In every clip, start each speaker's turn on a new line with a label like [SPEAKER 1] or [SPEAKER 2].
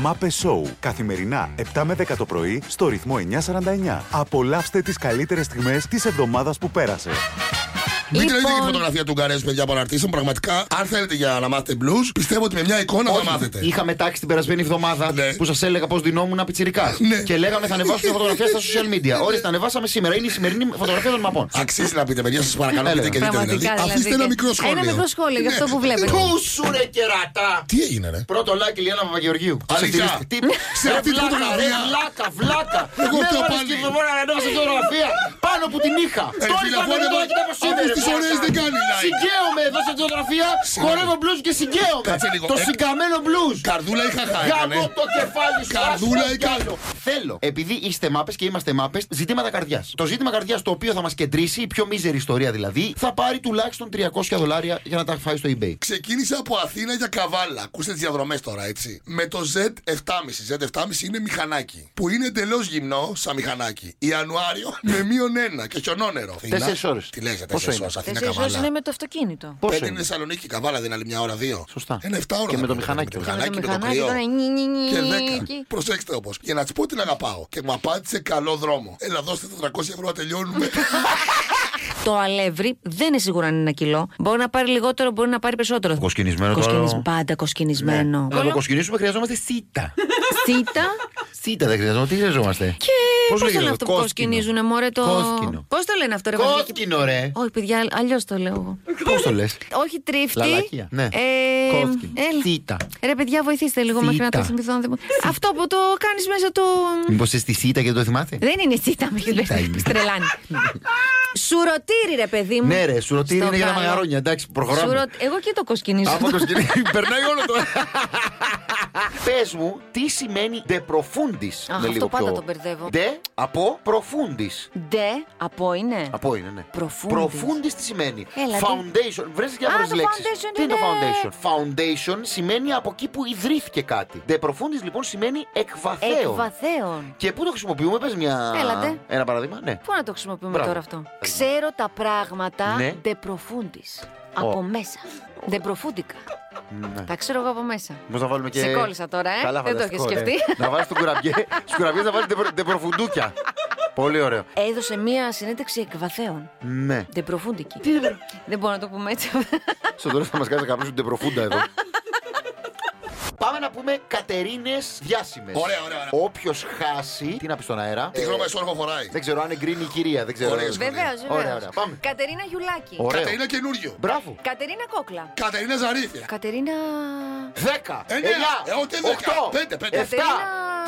[SPEAKER 1] Μάπε Show. Καθημερινά 7 με 10 το πρωί στο ρυθμό 949. Απολαύστε τις καλύτερες στιγμές της εβδομάδας που πέρασε.
[SPEAKER 2] Μην
[SPEAKER 3] Λοιπόν.
[SPEAKER 2] τρελείτε και τη φωτογραφία του Γκαρέζου, παιδιά, παραρτήσεων. Πραγματικά, αν θέλετε για να μάθετε blues, πιστεύω ότι με μια εικόνα θα μάθετε.
[SPEAKER 4] Είχαμε τάξει την περασμένη εβδομάδα
[SPEAKER 2] Ναι.
[SPEAKER 4] που σας έλεγα πώς δινόμουν πιτσυρικά.
[SPEAKER 2] Ναι.
[SPEAKER 4] Και λέγαμε θα ανεβάσουμε φωτογραφία στα social media. Ωραία, τα ανεβάσαμε σήμερα. Είναι η σημερινή φωτογραφία των μαπών.
[SPEAKER 2] Αξίζει να πείτε, παιδιά, σας παρακαλώ,
[SPEAKER 4] Έλα.
[SPEAKER 2] πείτε και δείτε.
[SPEAKER 3] Πραγματικά,
[SPEAKER 2] Δηλαδή.
[SPEAKER 3] δηλαδή,
[SPEAKER 2] Αφήστε
[SPEAKER 3] και-
[SPEAKER 2] ένα μικρό σχόλιο. Ναι.
[SPEAKER 3] Ένα μικρό σχόλιο για αυτό που βλέπετε.
[SPEAKER 4] Πούσου ρε κερατά!
[SPEAKER 2] Τι έγινε, ρε.
[SPEAKER 4] Πρώτο like Λιάννα Παπαγεωργίου.
[SPEAKER 2] Αλήθεια.
[SPEAKER 4] Σε αυτή
[SPEAKER 2] Σε αυτή τη φωτογραφία.
[SPEAKER 4] Βλάκα, βλάκα.
[SPEAKER 2] Εγώ
[SPEAKER 4] Με
[SPEAKER 2] αυτό
[SPEAKER 4] έβαλες
[SPEAKER 2] πάλι.
[SPEAKER 4] και φοβόρα να ανέβασε φωτογραφία πάνω που την είχα.
[SPEAKER 2] Ε,
[SPEAKER 4] Τώρα
[SPEAKER 2] φίλε,
[SPEAKER 4] είπα
[SPEAKER 2] αφού
[SPEAKER 4] να
[SPEAKER 2] ανέβα-
[SPEAKER 4] το κοιτάω
[SPEAKER 2] αφού στις ωραίες δεν κάνει like.
[SPEAKER 4] Συγκαίωμαι εδώ σε φωτογραφία.
[SPEAKER 2] Συγγνώμη.
[SPEAKER 4] Χορεύω blues και συγκαίωμαι.
[SPEAKER 2] Κάτσε λίγο.
[SPEAKER 4] Το
[SPEAKER 2] Ε,
[SPEAKER 4] συγκαμένο blues.
[SPEAKER 2] Καρδούλα είχα χάει.
[SPEAKER 4] Γάμο
[SPEAKER 2] έκανες.
[SPEAKER 4] το κεφάλι σου.
[SPEAKER 2] Καρδούλα
[SPEAKER 4] ας το
[SPEAKER 2] ή καρ-
[SPEAKER 4] κάνω. Θέλω, επειδή είστε μάπες και είμαστε μάπες, ζητήματα καρδιάς. Το ζήτημα καρδιάς το οποίο θα μας κεντρήσει, η πιο μίζερη ιστορία δηλαδή, θα πάρει τουλάχιστον 300 δολάρια για να τα φάει στο eBay.
[SPEAKER 2] Ξεκίνησα από Αθήνα για καβάλα. Ακούστε τις διαδρομές τώρα, έτσι. Με το Z7,5. Z7,5 είναι μηχανάκι. Που είναι εντελώς γυμνό σαν μηχανάκι. Ιανουάριο με μείον ένα και χιονόνερο.
[SPEAKER 4] Τέσσερις
[SPEAKER 2] Αθήνα-
[SPEAKER 4] ώρες.
[SPEAKER 2] Τι λες, για
[SPEAKER 4] Πόσο
[SPEAKER 2] τέσσερις
[SPEAKER 4] είναι?
[SPEAKER 2] ώρε. Αθήνα
[SPEAKER 3] Τέσσερι ώρε είναι
[SPEAKER 2] καβάλα.
[SPEAKER 3] με το αυτοκίνητο.
[SPEAKER 2] Πέντε
[SPEAKER 4] Πόσο
[SPEAKER 2] είναι
[SPEAKER 4] είναι.
[SPEAKER 2] Θεσσαλονίκη καβάλα, δεν είναι άλλη μια ώρα δύο.
[SPEAKER 4] Σωστά.
[SPEAKER 2] Είναι 7 ώρα.
[SPEAKER 4] Και
[SPEAKER 2] θα
[SPEAKER 4] με το
[SPEAKER 2] κάνουμε.
[SPEAKER 4] μηχανάκι.
[SPEAKER 2] Με το
[SPEAKER 3] Και με
[SPEAKER 2] μηχανάκι, με το
[SPEAKER 3] μηχανάκι
[SPEAKER 2] κρυό.
[SPEAKER 3] τώρα, νι, νι, νι,
[SPEAKER 2] Και
[SPEAKER 3] νι,
[SPEAKER 2] 10.
[SPEAKER 3] εκεί.
[SPEAKER 2] Προσέξτε όμως. Για να της πω την αγαπάω. Και μου απάντησε καλό δρόμο. Έλα, δώστε 400 ευρώ να τελειώνουμε.
[SPEAKER 3] Το αλεύρι δεν είναι σίγουρο αν είναι ένα κιλό. Μπορεί να πάρει λιγότερο, μπορεί να πάρει περισσότερο.
[SPEAKER 4] Κοσκινισμένο Ναι. το
[SPEAKER 3] Κοσκινισ-
[SPEAKER 4] άλλο.
[SPEAKER 3] Πάντα κοσκινισμένο.
[SPEAKER 4] Να το κοσκινήσουμε χρειαζόμαστε σίτα.
[SPEAKER 3] Σίτα.
[SPEAKER 4] σίτα δεν χρειαζόμαστε, τι χρειαζόμαστε.
[SPEAKER 3] Και
[SPEAKER 4] Πώς
[SPEAKER 3] πώς το λένε
[SPEAKER 4] λέγεται,
[SPEAKER 3] αυτό που
[SPEAKER 4] κόσκινο.
[SPEAKER 3] κοσκινίζουνε, Μωρέ το.
[SPEAKER 4] Κόσκινο.
[SPEAKER 3] Πώς το λένε αυτό, ρε Βασίλη?
[SPEAKER 4] Κόσκινο ρε.
[SPEAKER 3] Όχι, παιδιά, αλλιώς το λέω εγώ.
[SPEAKER 4] Πώς το λες.
[SPEAKER 3] Όχι τρίφτη.
[SPEAKER 4] Λαλάκια. Ναι.
[SPEAKER 3] Ε,
[SPEAKER 4] Κόσκινο.
[SPEAKER 3] έλα.
[SPEAKER 4] Σίτα.
[SPEAKER 3] Ρε παιδιά, βοηθήστε λίγο μέχρι να το
[SPEAKER 4] Σίτα.
[SPEAKER 3] θυμηθώ. αν δεν μπο- Αυτό που το κάνεις μέσα του.
[SPEAKER 4] Μήπως είσαι στη σίτα και δεν το θυμάται.
[SPEAKER 3] Δεν είναι σίτα, με έχεις
[SPEAKER 4] Σίτα είναι.
[SPEAKER 3] τρελάνει. Σουρωτήρι, ρε παιδί μου.
[SPEAKER 4] Ναι, ρε, σουρωτήρι
[SPEAKER 3] Στο
[SPEAKER 4] είναι για τα
[SPEAKER 3] καλό.
[SPEAKER 4] μαγαρόνια. Εντάξει, προχωράμε.
[SPEAKER 3] Σουρο- Εγώ και το κοσκινίζω.
[SPEAKER 4] Από το σκηνή περνάει όλο το. Πες μου, τι σημαίνει de profundis.
[SPEAKER 3] Αχ,
[SPEAKER 4] Είναι λίγο
[SPEAKER 3] αυτό πάντα
[SPEAKER 4] πιο-
[SPEAKER 3] το μπερδεύω.
[SPEAKER 4] De από profundis.
[SPEAKER 3] Ντε, από είναι.
[SPEAKER 4] Από είναι, ναι.
[SPEAKER 3] Profundis.
[SPEAKER 4] Profundis τι σημαίνει.
[SPEAKER 3] Έλα, τι-
[SPEAKER 4] foundation. Βρες διάφορες
[SPEAKER 3] Α, το
[SPEAKER 4] λέξεις.
[SPEAKER 3] foundation
[SPEAKER 4] Τι είναι το
[SPEAKER 3] είναι-
[SPEAKER 4] foundation. Foundation σημαίνει από εκεί που ιδρύθηκε κάτι. De profundis λοιπόν σημαίνει εκβαθέων.
[SPEAKER 3] Εκβαθέων.
[SPEAKER 4] Και πού το χρησιμοποιούμε, πες μια...
[SPEAKER 3] Έλατε.
[SPEAKER 4] Ένα παράδειγμα, ναι.
[SPEAKER 3] Πού να το χρησιμοποιούμε
[SPEAKER 4] Μπράβο.
[SPEAKER 3] τώρα αυτό. Ξέρω τα πράγματα
[SPEAKER 4] Ναι.
[SPEAKER 3] de profundis. Από μέσα. De profundica.
[SPEAKER 4] ναι.
[SPEAKER 3] Τα ξέρω εγώ από μέσα.
[SPEAKER 4] Πώς να βάλουμε και...
[SPEAKER 3] Σε κόλλησα τώρα, ε.
[SPEAKER 4] Καλά,
[SPEAKER 3] Δεν το
[SPEAKER 4] φανταστικό,
[SPEAKER 3] έχεις
[SPEAKER 4] ρε.
[SPEAKER 3] σκεφτεί.
[SPEAKER 4] να βάλεις τον κουραμπιέ, στους κουραμπιές να βάλεις de profundούκια. Πολύ ωραίο.
[SPEAKER 3] Έδωσε μία συνέντευξη εκβαθέων.
[SPEAKER 4] Ναι.
[SPEAKER 3] De profundiki. Δεν μπορώ να το πούμε έτσι.
[SPEAKER 4] Στο τέλος θα μας κάνει να καπνίσουν την προφούντα εδώ. Πάμε να πούμε Κατερίνες διάσημες.
[SPEAKER 2] Ωραία, ωραία, ωραία.
[SPEAKER 4] Όποιος χάσει. Τι να πει στον αέρα.
[SPEAKER 2] Τι
[SPEAKER 4] Ε,
[SPEAKER 2] χρώμα εσόργο χωράει.
[SPEAKER 4] Δεν ξέρω αν είναι γκρίνη η κυρία. Δεν ξέρω.
[SPEAKER 2] Ωραίες.
[SPEAKER 3] Βεβαίω,
[SPEAKER 4] Ωραία,
[SPEAKER 3] βεβαίως.
[SPEAKER 4] ωραία. Πάμε.
[SPEAKER 3] Κατερίνα Γιουλάκη.
[SPEAKER 4] Ωραίο.
[SPEAKER 2] Κατερίνα καινούριο.
[SPEAKER 4] Μπράβο.
[SPEAKER 3] Κατερίνα Κόκλα.
[SPEAKER 2] Κατερίνα Ζαρίφια.
[SPEAKER 3] Κατερίνα.
[SPEAKER 4] 10, 9, 8, 7, 6, 5, 4, 3, 2, 1,
[SPEAKER 2] Ε, ναι, ε, ούτε δέκα. Πέντε, πέντε.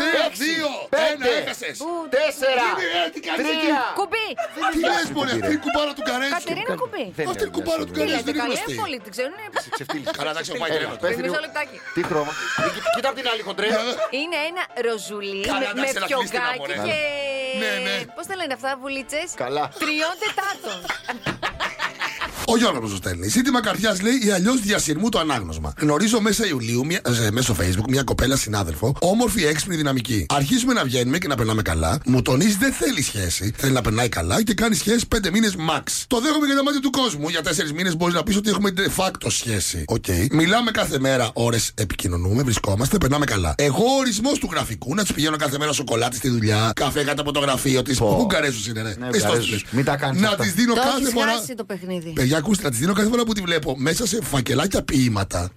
[SPEAKER 2] Τρία, δύο, ένα, έχασες.
[SPEAKER 3] Ου,
[SPEAKER 2] Ε, τι κάνεις εκεί.
[SPEAKER 3] Κουμπί.
[SPEAKER 2] Τι λε, Μωρέ, αυτή η κουμπάρα του Γκαρέζου.
[SPEAKER 3] Κατερίνα Κουμπί.
[SPEAKER 4] Δεν
[SPEAKER 2] Αυτή η
[SPEAKER 4] είναι,
[SPEAKER 2] κουμπάρα
[SPEAKER 4] δεν
[SPEAKER 2] του
[SPEAKER 3] Τι
[SPEAKER 2] Γκαρέζου
[SPEAKER 3] λέτε,
[SPEAKER 2] δεν είναι
[SPEAKER 3] καλέ,
[SPEAKER 2] γνωστή.
[SPEAKER 3] όλοι την ξέρουν. ε,
[SPEAKER 2] Καλά, εντάξει, ο Μάικλ
[SPEAKER 4] Πες την-
[SPEAKER 3] Μισό λεπτάκι.
[SPEAKER 4] Τι χρώμα. Ε, κοι- Κοίτα από την άλλη
[SPEAKER 2] Ε,
[SPEAKER 4] χοντρέα.
[SPEAKER 3] Είναι ένα ροζουλί
[SPEAKER 2] Καλά,
[SPEAKER 3] με-
[SPEAKER 2] εντάξει,
[SPEAKER 3] με
[SPEAKER 2] έλα, κλείστηνα,
[SPEAKER 3] πιογκάκι
[SPEAKER 2] μωρέ.
[SPEAKER 3] και.
[SPEAKER 2] Ναι, ναι.
[SPEAKER 3] Πώς τα λένε αυτά, βουλίτσες.
[SPEAKER 4] Καλά.
[SPEAKER 3] Τριών τετάρτων.
[SPEAKER 2] Ο Γιώργος μου στέλνει. Ζήτημα καρδιάς λέει ή αλλιώς διασυρμού το ανάγνωσμα. Γνωρίζω μέσα Ιουλίου, μια, ε, μέσω Facebook, μια κοπέλα συνάδελφο, όμορφη, έξυπνη, δυναμική. Αρχίζουμε να βγαίνουμε και να περνάμε καλά. Μου τονίζει δεν θέλει σχέση. Θέλει να περνάει καλά και κάνει σχέση 5 μήνες max. Το δέχομαι για τα μάτια του κόσμου. Για 4 μήνες μπορείς να πεις ότι έχουμε de facto σχέση. Οκ. Μιλάμε κάθε μέρα, ώρες επικοινωνούμε, βρισκόμαστε, περνάμε καλά. Εγώ ορισμός του γραφικού να τους πηγαίνω κάθε μέρα σοκολάτη στη δουλειά, καφέ κάτω από το γραφείο της.
[SPEAKER 4] Πω.
[SPEAKER 2] Πού καρέζου είναι, ρε.
[SPEAKER 4] Ναι,
[SPEAKER 2] Μη στο
[SPEAKER 4] Γκαρέζους.
[SPEAKER 2] στείλεις.
[SPEAKER 4] Μην τα κάνεις
[SPEAKER 2] Να
[SPEAKER 4] αυτά.
[SPEAKER 2] της δίνω
[SPEAKER 3] Το
[SPEAKER 2] κάθε
[SPEAKER 3] έχεις
[SPEAKER 2] φορά.
[SPEAKER 3] χάσει το παιχνίδι.
[SPEAKER 2] Παιδιά, ακούστε, να της δίνω κάθε φορά που τη βλέπω μέσα σε φακελάκια ποίηματα.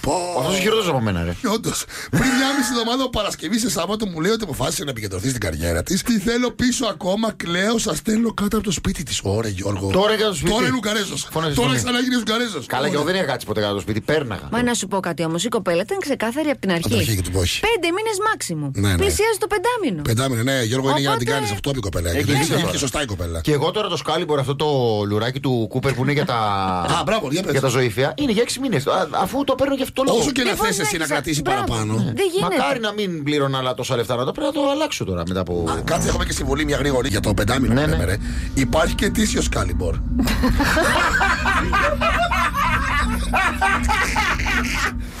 [SPEAKER 2] Πω.
[SPEAKER 4] Αυτός είναι χειρότερος από μένα, ρε.
[SPEAKER 2] Όντως, πριν μια μισή εβδομάδα ο Παρασκευής σε Σάββατο μου λέει ότι αποφάσισε να επικεντρωθεί στην καριέρα της. Τη θέλω πίσω ακόμα, κλαίω, σας στέλνω κάτω από το σπίτι της. Ωραία, Γιώργο.
[SPEAKER 4] Τώρα είναι κάτω από το σπίτι.
[SPEAKER 2] Τώρα είναι Ουγγαρέζος.
[SPEAKER 4] Φώναζε
[SPEAKER 2] Τώρα
[SPEAKER 4] στον
[SPEAKER 2] ξανά γίνει Ουγγαρέζο.
[SPEAKER 4] Καλά, και εγώ δεν είχα κάτσει ποτέ κάτω από το σπίτι. Πέρναγα.
[SPEAKER 3] Μα να σου πω κάτι όμως, η κοπέλα ήταν ξεκάθαρη από την αρχή.
[SPEAKER 2] την αρχή και του πω όχι.
[SPEAKER 3] Πέντε μήνες μάξιμου.
[SPEAKER 2] Ναι, ναι.
[SPEAKER 3] Πλησιάζει το πεντάμινο.
[SPEAKER 2] Πεντάμινο, ναι, Γιώργο, είναι για να την
[SPEAKER 3] Οπότε-
[SPEAKER 2] κάνεις αυτό από η κοπέλα.
[SPEAKER 4] Έχει
[SPEAKER 2] Δεν
[SPEAKER 4] δίκιο
[SPEAKER 2] έχει
[SPEAKER 4] τώρα.
[SPEAKER 2] σωστά η κοπέλα.
[SPEAKER 4] Και εγώ τώρα το σκάλιμπορ, αυτό το λουράκι του Κούπερ που είναι για τα.
[SPEAKER 2] Α, μπράβο, για πες.
[SPEAKER 4] Για τα ζωήφια. Είναι για 6 μήνε. Αφού το παίρνω και αυτό το λόγο.
[SPEAKER 2] Όσο και να
[SPEAKER 3] Λοιπόν,
[SPEAKER 2] θες εσύ
[SPEAKER 3] εντάξει,
[SPEAKER 2] να κρατήσει
[SPEAKER 3] μπράβο.
[SPEAKER 2] παραπάνω.
[SPEAKER 3] Δεν γίνεται.
[SPEAKER 4] Μακάρι να μην πλήρωνα άλλα τόσα λεφτά να το πρέπει να το αλλάξω τώρα μετά από.
[SPEAKER 2] Α, Κάτσε, έχουμε και συμβολή μια γρήγορη για το πεντάμινο.
[SPEAKER 4] Ναι,
[SPEAKER 2] που
[SPEAKER 4] ναι.
[SPEAKER 2] λέμε, ρε. Υπάρχει και τίσιος κάλιμπορ.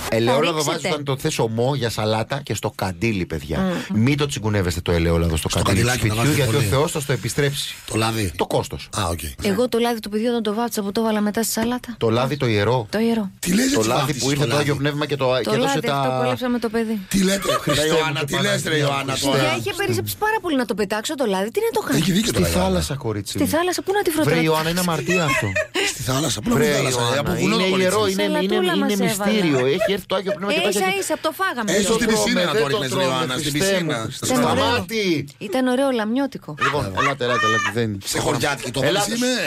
[SPEAKER 4] Ε, Ελαιόλαδο
[SPEAKER 3] ρίξετε.
[SPEAKER 4] βάζεις όταν το θες ομό για σαλάτα και στο καντήλι, παιδιά. Μην το τσιγκουνεύεστε το ελαιόλαδο στο, καντήλι του
[SPEAKER 2] καντιλάκι να
[SPEAKER 4] σπιτιού,
[SPEAKER 2] βάζετε
[SPEAKER 4] γιατί ο
[SPEAKER 2] πολύ.
[SPEAKER 4] Θεός θα στο επιστρέψει.
[SPEAKER 2] Το λάδι.
[SPEAKER 4] Το κόστος.
[SPEAKER 2] Α, οκ.
[SPEAKER 3] Εγώ το λάδι του παιδιού όταν το βάφτισα που το έβαλα μετά στη σαλάτα.
[SPEAKER 4] Το λάδι το ιερό.
[SPEAKER 3] Το ιερό.
[SPEAKER 2] Τι λες
[SPEAKER 4] Το
[SPEAKER 2] έτσι
[SPEAKER 4] λάδι
[SPEAKER 2] βάφτισες
[SPEAKER 4] που ήρθε το
[SPEAKER 2] λάδι.
[SPEAKER 4] Άγιο Πνεύμα και
[SPEAKER 2] Ε,
[SPEAKER 4] το
[SPEAKER 3] Το
[SPEAKER 4] και έδωσε
[SPEAKER 3] λάδι αυτό
[SPEAKER 4] τα.
[SPEAKER 3] κολέψαμε το παιδί.
[SPEAKER 2] Τι λέτε, ρε
[SPEAKER 4] μου
[SPEAKER 2] Ιωάννα,
[SPEAKER 4] και
[SPEAKER 2] τι λες ρε
[SPEAKER 4] Παναγία μου,
[SPEAKER 2] Ιωάννα
[SPEAKER 4] Χριστέ.
[SPEAKER 3] Και
[SPEAKER 2] τώρα.
[SPEAKER 3] Ε, είχε περισσέψει πάρα πολύ να το πετάξω το λάδι. Τι να το κάνω.
[SPEAKER 2] Έχει δίκιο
[SPEAKER 4] Στη
[SPEAKER 2] τώρα. η Ιωάννα.
[SPEAKER 4] θάλασσα, κορίτσι.
[SPEAKER 3] Στη
[SPEAKER 4] μου.
[SPEAKER 3] θάλασσα, πού να τη
[SPEAKER 4] Βρε
[SPEAKER 3] φροντίσω.
[SPEAKER 4] Ιωάννα, είναι αμαρτία αυτό.
[SPEAKER 2] Στη θάλασσα. Πού να
[SPEAKER 4] Βρε
[SPEAKER 2] βγει η θάλασσα. ε, Από
[SPEAKER 4] Ιωάννα,
[SPEAKER 2] βουνό
[SPEAKER 4] είναι
[SPEAKER 2] το κορίτσι.
[SPEAKER 4] ιερό, είναι, είναι,
[SPEAKER 3] Σαλατούλα
[SPEAKER 4] είναι
[SPEAKER 3] μας
[SPEAKER 4] μυστήριο.
[SPEAKER 3] έβαλε.
[SPEAKER 4] Έχει έρθει το Άγιο Πνεύμα και
[SPEAKER 3] Ε,
[SPEAKER 4] τα έχει-
[SPEAKER 3] ίσα ίσα, το φάγαμε.
[SPEAKER 2] Έστω Ε,
[SPEAKER 3] κιόλας.
[SPEAKER 2] στην
[SPEAKER 4] τρώμε,
[SPEAKER 2] πισίνα
[SPEAKER 4] δεν
[SPEAKER 2] να το
[SPEAKER 4] το
[SPEAKER 2] ρίχνες,
[SPEAKER 4] τρώμε,
[SPEAKER 2] Ιωάννα, στην
[SPEAKER 4] Χριστέ
[SPEAKER 2] πισίνα.
[SPEAKER 4] μου.
[SPEAKER 2] Στο
[SPEAKER 3] Ήταν ωραίο.
[SPEAKER 2] σταμάτη.
[SPEAKER 4] Σταμάτη!
[SPEAKER 3] Ήταν ωραίο λαμιώτικο.
[SPEAKER 4] Λοιπόν, ελάτε, ελάτε, ελάτε, δεν.
[SPEAKER 2] Σε χωριάτικη το
[SPEAKER 4] Ελάτε.
[SPEAKER 2] βάλεις είμαι.
[SPEAKER 4] Ε,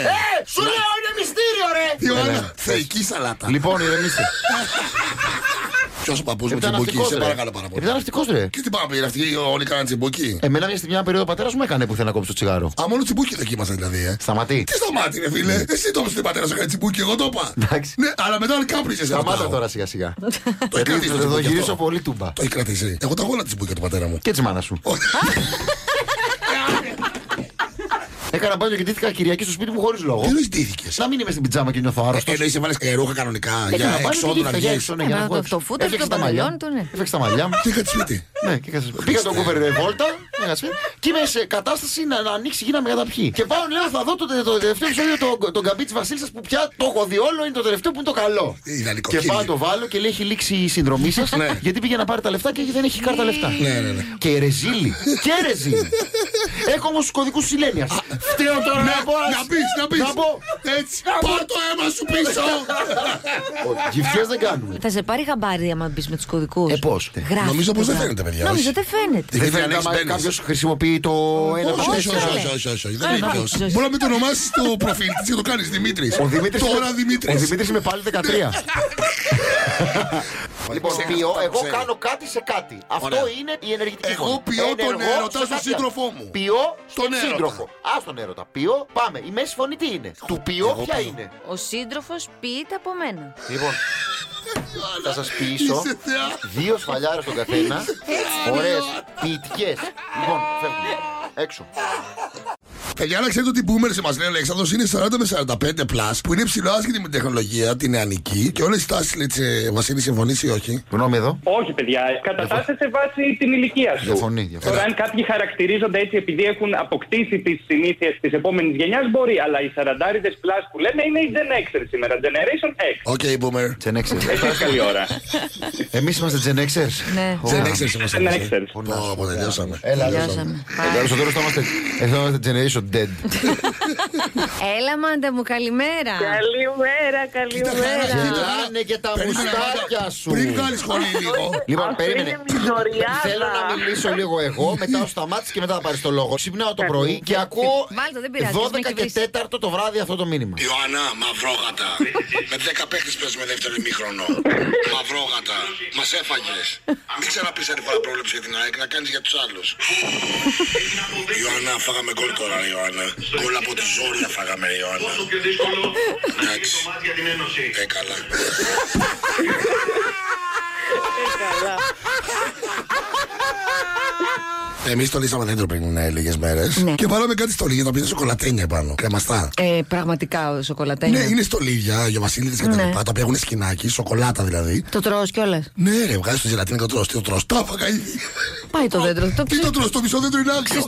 [SPEAKER 4] σου λέω είναι μυστήριο, ρε!
[SPEAKER 2] Ιωάννα, θεϊκή σαλάτα.
[SPEAKER 4] Λοιπόν, ηρεμήστε.
[SPEAKER 2] Ποιος ο παππούς μου
[SPEAKER 4] Ήταν
[SPEAKER 2] τσιμπουκί,
[SPEAKER 4] ναυτικός,
[SPEAKER 2] σε
[SPEAKER 4] ρε.
[SPEAKER 2] παρακαλώ πάρα πολύ.
[SPEAKER 4] Ήταν ναυτικός, ρε.
[SPEAKER 2] Και τι πάμε, πήρε αυτοί όλοι κάναν τσιμπουκί.
[SPEAKER 4] Εμένα μια στιγμή, μια περίοδο ο πατέρας μου έκανε που θέλει να κόψει το τσιγάρο.
[SPEAKER 2] Α, μόνο τσιμπούκι δοκίμασα δηλαδή, ε.
[SPEAKER 4] Σταματή.
[SPEAKER 2] Τι στο μάτι, ρε φίλε. Εσύ το είπες στον πατέρα σου έκανε τσιμπούκι, εγώ το είπα.
[SPEAKER 4] Ναι. Εντάξει.
[SPEAKER 2] Ναι, αλλά μετά κάπνισες.
[SPEAKER 4] Σταμάτα τώρα σιγά σιγά.
[SPEAKER 2] Το έχει κρατήσει το
[SPEAKER 4] Θα το
[SPEAKER 2] τσιμπούκι
[SPEAKER 4] γυρίσω
[SPEAKER 2] αυτό.
[SPEAKER 4] πολύ τούμπα.
[SPEAKER 2] Το έχει κρατήσει. Εγώ τα γόλα τσιμπούκια του πατέρα μου.
[SPEAKER 4] Και της μάνας σου.
[SPEAKER 2] Όχι.
[SPEAKER 4] Έκανα μπάνιο και ντύθηκα Κυριακή στο σπίτι μου χωρίς λόγο.
[SPEAKER 2] Τι λες ντύθηκες.
[SPEAKER 4] Να μην είμαι στην πιτζάμα και νιώθω άρρωστος.
[SPEAKER 2] Εννοείς σε βάλες ε, ρούχα κανονικά για
[SPEAKER 4] Έκανα μπάνιο και
[SPEAKER 2] εξόδου να
[SPEAKER 4] ντύθηκα για
[SPEAKER 2] βγεις.
[SPEAKER 4] έξω. ναι,
[SPEAKER 3] Ε,
[SPEAKER 4] για
[SPEAKER 3] να
[SPEAKER 4] βγω
[SPEAKER 3] το-
[SPEAKER 4] έξω.
[SPEAKER 3] το φούτρο
[SPEAKER 4] Έφτιαξα
[SPEAKER 3] των
[SPEAKER 4] τα μαλλιά
[SPEAKER 3] μαλλιών του, ναι.
[SPEAKER 4] Έφτιαξα τα μαλλιά μου.
[SPEAKER 2] Τι είχα σπίτι.
[SPEAKER 4] Ναι, και έκανα- Πήγα τον κούβερ ε, βόλτα, έκανα σπίτι και είμαι σε κατάσταση να, να ανοίξει γίναμε καταπιεί. Και πάω λέω θα δω το, τε- το τελευταίο επεισόδιο τον το Γκαμπί τη Βασίλισσας που πια το έχω δει όλο, είναι το τελευταίο που είναι το καλό.
[SPEAKER 2] Ιδανικό,
[SPEAKER 4] Και πάω
[SPEAKER 2] χίλιο.
[SPEAKER 4] το βάλω και λέει έχει λήξει η συνδρομή σας
[SPEAKER 2] Ναι.
[SPEAKER 4] γιατί πήγε να πάρει τα λεφτά και δεν έχει κάρτα λεφτά.
[SPEAKER 2] Ναι, ναι, ναι.
[SPEAKER 4] Και ρεζίλη. και ρεζίλη. Έχω όμως τους κωδικούς συλλένεια. Φταίω τώρα να πω. ας-
[SPEAKER 2] Να πεις, να πεις.
[SPEAKER 4] Να πω.
[SPEAKER 2] Έτσι. Πάρ' το αίμα σου πίσω.
[SPEAKER 4] Γυφτιές δεν κάνουμε.
[SPEAKER 3] Θα σε πάρει χαμπάρι άμα μπεις με τους κωδικούς.
[SPEAKER 4] Ε, πώς.
[SPEAKER 2] Νομίζω πως δεν φαίνεται, παιδιά,
[SPEAKER 3] Νομίζω
[SPEAKER 2] όχι. Ε,
[SPEAKER 3] δεν φαίνεται.
[SPEAKER 2] Δεν
[SPEAKER 4] Δεν
[SPEAKER 2] φαίνεται
[SPEAKER 4] φαίνεται
[SPEAKER 2] αν έχεις
[SPEAKER 4] άμα
[SPEAKER 2] μπαίνεις.
[SPEAKER 4] κάποιος χρησιμοποιεί το ένα
[SPEAKER 2] Όχι,
[SPEAKER 4] από τα
[SPEAKER 2] όχι,
[SPEAKER 4] τέσσερα.
[SPEAKER 2] όχι, όχι, όχι, όχι. Δεν
[SPEAKER 3] Α,
[SPEAKER 2] είναι
[SPEAKER 3] να
[SPEAKER 2] ποιος.
[SPEAKER 3] πεις, όχι.
[SPEAKER 2] Μπορεί να μην το ονομάσεις το προφίλ της και το κάνεις Δημήτρης.
[SPEAKER 4] Ο Δημήτρης
[SPEAKER 2] Τώρα
[SPEAKER 4] είναι-
[SPEAKER 2] Δημήτρης.
[SPEAKER 4] Ο Δημήτρης είναι πάλι 13. λοιπόν,
[SPEAKER 2] Ξέχασα,
[SPEAKER 4] ποιώ,
[SPEAKER 2] το
[SPEAKER 4] εγώ
[SPEAKER 2] ξέρω.
[SPEAKER 4] κάνω κάτι σε κάτι. Αυτό
[SPEAKER 2] Ωραία.
[SPEAKER 4] είναι η ενεργητική.
[SPEAKER 2] Εγώ
[SPEAKER 4] φωνή.
[SPEAKER 2] ποιώ τον
[SPEAKER 4] Ενεργώ
[SPEAKER 2] έρωτα
[SPEAKER 4] σε
[SPEAKER 2] στον
[SPEAKER 4] κάτι
[SPEAKER 2] σύντροφό
[SPEAKER 4] άλλο.
[SPEAKER 2] μου.
[SPEAKER 4] Ποιώ στον
[SPEAKER 2] Τον έρωτα.
[SPEAKER 4] σύντροφο. Α τον έρωτα. Ποιώ, πάμε. Η μέση φωνή τι είναι. Του ποιώ
[SPEAKER 2] εγώ
[SPEAKER 4] ποια
[SPEAKER 2] ποιώ.
[SPEAKER 4] είναι.
[SPEAKER 3] Ο σύντροφος ποιείται από μένα.
[SPEAKER 4] Λοιπόν, θα σας ποιήσω
[SPEAKER 2] Είσαι θεά.
[SPEAKER 4] δύο σφαλιάρες στον καθένα. Ωραίες, ποιητικές. Λοιπόν, φεύγουμε. Έξω.
[SPEAKER 2] Παιδιά, να ξέρετε ότι οι boomers μας λέει ο Αλέξανδρος είναι 40 με 45 plus, που είναι ψηλό άσχετη με την τεχνολογία, την νεανική και όλες οι τάσεις λέει τσε, Βασίλη, συμφωνεί ή όχι.
[SPEAKER 4] Γνώμη εδώ.
[SPEAKER 5] Όχι, παιδιά. Κατατάσσεται βάσει την ηλικία σου.
[SPEAKER 4] Διαφωνεί, διαφωνεί.
[SPEAKER 5] Τώρα, αν κάποιοι χαρακτηρίζονται έτσι επειδή έχουν αποκτήσει τις συνήθειες της επόμενης γενιάς, μπορεί. Αλλά οι 40 plus που λέμε είναι οι Gen X σήμερα. Generation X.
[SPEAKER 2] Οκ, okay, boomer.
[SPEAKER 4] Gen Xers.
[SPEAKER 5] Εσείς καλή ώρα.
[SPEAKER 4] Εμείς είμαστε Gen Xers.
[SPEAKER 3] Ναι.
[SPEAKER 4] Ωρα.
[SPEAKER 2] Δεν έξερε είμαστε.
[SPEAKER 5] Gen Xers.
[SPEAKER 2] Πω, πω, τελειώσαμε.
[SPEAKER 4] Έλα,
[SPEAKER 3] Τελειώσαμε.
[SPEAKER 4] Εδώ στο τέλος θα είμαστε, εδώ θα είμαστε Generation Dead.
[SPEAKER 3] Έλα, μάντα μου, καλημέρα.
[SPEAKER 6] Καλημέρα,
[SPEAKER 2] Κοίτα,
[SPEAKER 6] καλημέρα.
[SPEAKER 2] κοίτα.
[SPEAKER 4] Γελάνε και τα
[SPEAKER 2] Περίμενε,
[SPEAKER 4] μουστάκια
[SPEAKER 2] μάνα,
[SPEAKER 4] σου.
[SPEAKER 2] Πριν βγάλεις σχολή λίγο.
[SPEAKER 4] Λοιπόν,
[SPEAKER 6] Αυτό
[SPEAKER 4] περίμενε.
[SPEAKER 6] είναι μιζωριάδα.
[SPEAKER 4] Θέλω να μιλήσω λίγο εγώ, μετά ο Σταμάτης και μετά θα πάρεις το λόγο. Ξυπνάω το πρωί και ακούω
[SPEAKER 3] Βάλτε, δεν πειράζει,
[SPEAKER 4] 12
[SPEAKER 3] έχουμε
[SPEAKER 4] και 4 το βράδυ αυτό το μήνυμα.
[SPEAKER 2] Ιωάννα, μαυρόγατα. με 10 παίχτες παίζουμε δεύτερο ημίχρονο. μαυρόγατα. Μας έφαγες. Μην ξαναπείς άλλη φορά πρόβλεψη για την ΑΕΚ να κάνεις για τους άλλους. Ιωάννα, φάγαμε γκολ τώρα, ρε Ιωάννα. Γκολ από τη Ζόρια φάγαμε, ρε Ιωάννα.
[SPEAKER 7] Όσο πιο δύσκολο να είναι
[SPEAKER 2] Εντάξει. Ε,
[SPEAKER 7] το μάτι για την Ένωση.
[SPEAKER 2] Έκαλα.
[SPEAKER 3] Ε,
[SPEAKER 2] Εμείς το λύσαμε δέντρο πριν λίγες μέρες.
[SPEAKER 3] Ναι.
[SPEAKER 2] Και βάλαμε κάτι στολίδια τα οποία είναι σοκολατένια πάνω. Κρεμαστά.
[SPEAKER 3] Ε, πραγματικά ο σοκολατένιο.
[SPEAKER 2] Ναι, είναι στολίδια για βασίλειδε και τα
[SPEAKER 3] Ναι.
[SPEAKER 2] λοιπά. Τα οποία έχουν σκινάκι, σοκολάτα δηλαδή.
[SPEAKER 3] Το τρώω κιόλας.
[SPEAKER 2] Ναι, ρε, βγάζεις το ζελατίνι και το τρως. Τι το τρως, τα έφαγα ήδη.
[SPEAKER 3] Πάει το δέντρο. Το...
[SPEAKER 2] Τι το τρως, το μισό δέντρο είναι άξιο.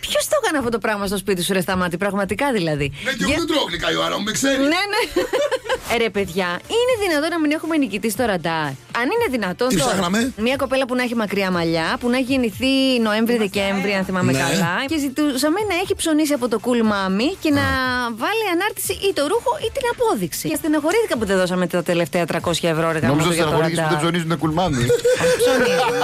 [SPEAKER 3] Ποιος το έκανε αυτό το πράγμα στο σπίτι σου, ρε Σταμάτη, πραγματικά δηλαδή.
[SPEAKER 2] Ναι, και
[SPEAKER 3] Για-
[SPEAKER 2] εγώ δεν τρώω γλυκά, Ιωάννα, μου με
[SPEAKER 3] Ναι,
[SPEAKER 2] ξέρεις.
[SPEAKER 3] ναι. Ε, Ρε παιδιά, είναι δυνατόν να μην έχουμε νικητής στο ραντάρ. Αν είναι δυνατόν.
[SPEAKER 2] Τι
[SPEAKER 3] τώρα,
[SPEAKER 2] ψάχναμε?
[SPEAKER 3] Μια κοπέλα που να έχει μακριά μαλλιά, που να έχει γεννηθεί Νοέμβρη-Δεκέμβρη, αν θυμάμαι
[SPEAKER 2] Ναι.
[SPEAKER 3] καλά. Και ζητούσαμε να έχει ψωνίσει από το cool mommy και να βάλει ανάρτηση ή το ρούχο ή την απόδειξη. Και στεναχωρήθηκα που δεν δώσαμε τα τελευταία 300 ευρώ ρε
[SPEAKER 4] Νομίζω
[SPEAKER 3] γαμώτο, για
[SPEAKER 4] ότι
[SPEAKER 3] το
[SPEAKER 4] στεναχωρήθηκες που δεν
[SPEAKER 3] ραντάρ.
[SPEAKER 4] ψωνίζουν τα κουλμάνι.
[SPEAKER 3] Ψωνίζουν.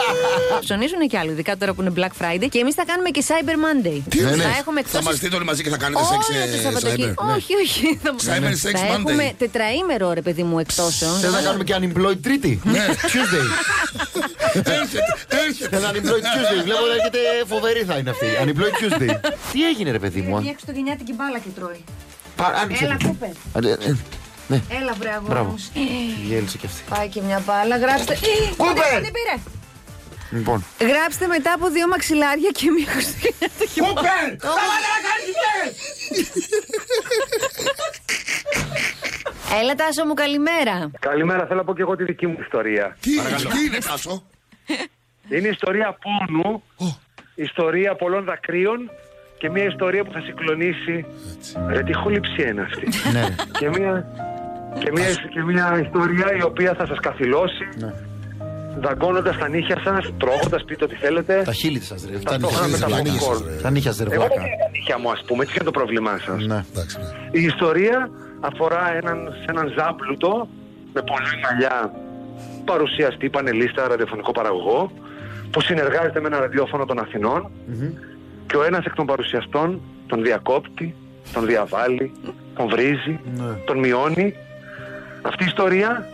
[SPEAKER 3] Ψωνίζουν και άλλοι, ειδικά τώρα που είναι Black Friday και εμείς θα κάνουμε και Cyber Monday.
[SPEAKER 2] Τι
[SPEAKER 4] Ναι, ναι.
[SPEAKER 3] Θα έχουμε
[SPEAKER 2] Θα
[SPEAKER 3] εκτό
[SPEAKER 2] μαζευτείτε όλοι μαζί και θα κάνετε σεξ
[SPEAKER 3] Όλο το
[SPEAKER 2] ε,
[SPEAKER 3] Σαββατοκύριακο.
[SPEAKER 2] cyber. Ναι.
[SPEAKER 3] Όχι, όχι. θα-
[SPEAKER 2] Cyber Sex
[SPEAKER 3] Θα
[SPEAKER 2] Monday.
[SPEAKER 3] έχουμε τετραήμερο, ρε παιδί μου, εκτό.
[SPEAKER 4] Θες να κάνουμε και unemployed τρίτη. Tuesday.
[SPEAKER 2] Έρχεται,
[SPEAKER 4] Θέλω
[SPEAKER 2] έρχεται.
[SPEAKER 4] unemployed Tuesday. Βλέπω ότι έρχεται φοβερή θα είναι αυτή. Unemployed Tuesday. Τι έγινε ρε παιδί μου. α?
[SPEAKER 3] Φτιάξει το γενιάτικη μπάλα και τρώει.
[SPEAKER 4] Πα- Άνοιξε.
[SPEAKER 3] Έλα,
[SPEAKER 4] την.
[SPEAKER 3] κούπερ.
[SPEAKER 4] Ε, ε, ε, Ναι,
[SPEAKER 3] Έλα, βρε αγώνα
[SPEAKER 4] Μπράβο.
[SPEAKER 3] μου.
[SPEAKER 4] γέλησε και αυτή.
[SPEAKER 3] Πάει και μια μπάλα, γράψτε. Ε,
[SPEAKER 4] Κούπερ!
[SPEAKER 3] Δεν πήρε.
[SPEAKER 4] Λοιπόν,
[SPEAKER 3] Γράψτε μετά από δύο μαξιλάρια και μία χριστουγεννιάτικη μπάλα. Έλα, Τάσο μου, καλημέρα.
[SPEAKER 6] Καλημέρα, θέλω να πω και εγώ τη δική μου ιστορία.
[SPEAKER 2] Τι, τι είναι, Τάσο.
[SPEAKER 6] Είναι ιστορία πόνου, ιστορία πολλών δακρύων και μια ιστορία που θα συγκλονίσει. Ρε τι χοληψία είναι αυτή.
[SPEAKER 4] Ναι.
[SPEAKER 6] και, μια, και, μια, και μια ιστορία η οποία θα σας καθυλώσει, δαγκώνοντας τα νύχια σας, τρώγοντας, πείτε ό,τι θέλετε.
[SPEAKER 4] Τα χείλη τη σας, ρε.
[SPEAKER 6] Τα τρώγαμε
[SPEAKER 2] χείλη
[SPEAKER 6] με
[SPEAKER 2] σας,
[SPEAKER 6] τα
[SPEAKER 2] τα νύχια σας,
[SPEAKER 6] popcorn.
[SPEAKER 2] ρε.
[SPEAKER 4] Τα νύχια σας, ρε.
[SPEAKER 6] Εγώ δεν
[SPEAKER 4] βλάκα.
[SPEAKER 6] τρώγα τα νύχια μου, ας πούμε, τι είναι το πρόβλημά σας.
[SPEAKER 4] Ναι.
[SPEAKER 2] Εντάξει, ναι.
[SPEAKER 6] Η ιστορία αφορά έναν, σε έναν ζάμπλουτο με πολλά μαλλιά παρουσιαστή πανελίστα ραδιοφωνικό παραγωγό που συνεργάζεται με ένα ραδιόφωνο των αθηνων και ο ένας εκ των παρουσιαστών τον διακόπτει, τον διαβάλλει, τον βρίζει, τον μειώνει. Αυτή η ιστορία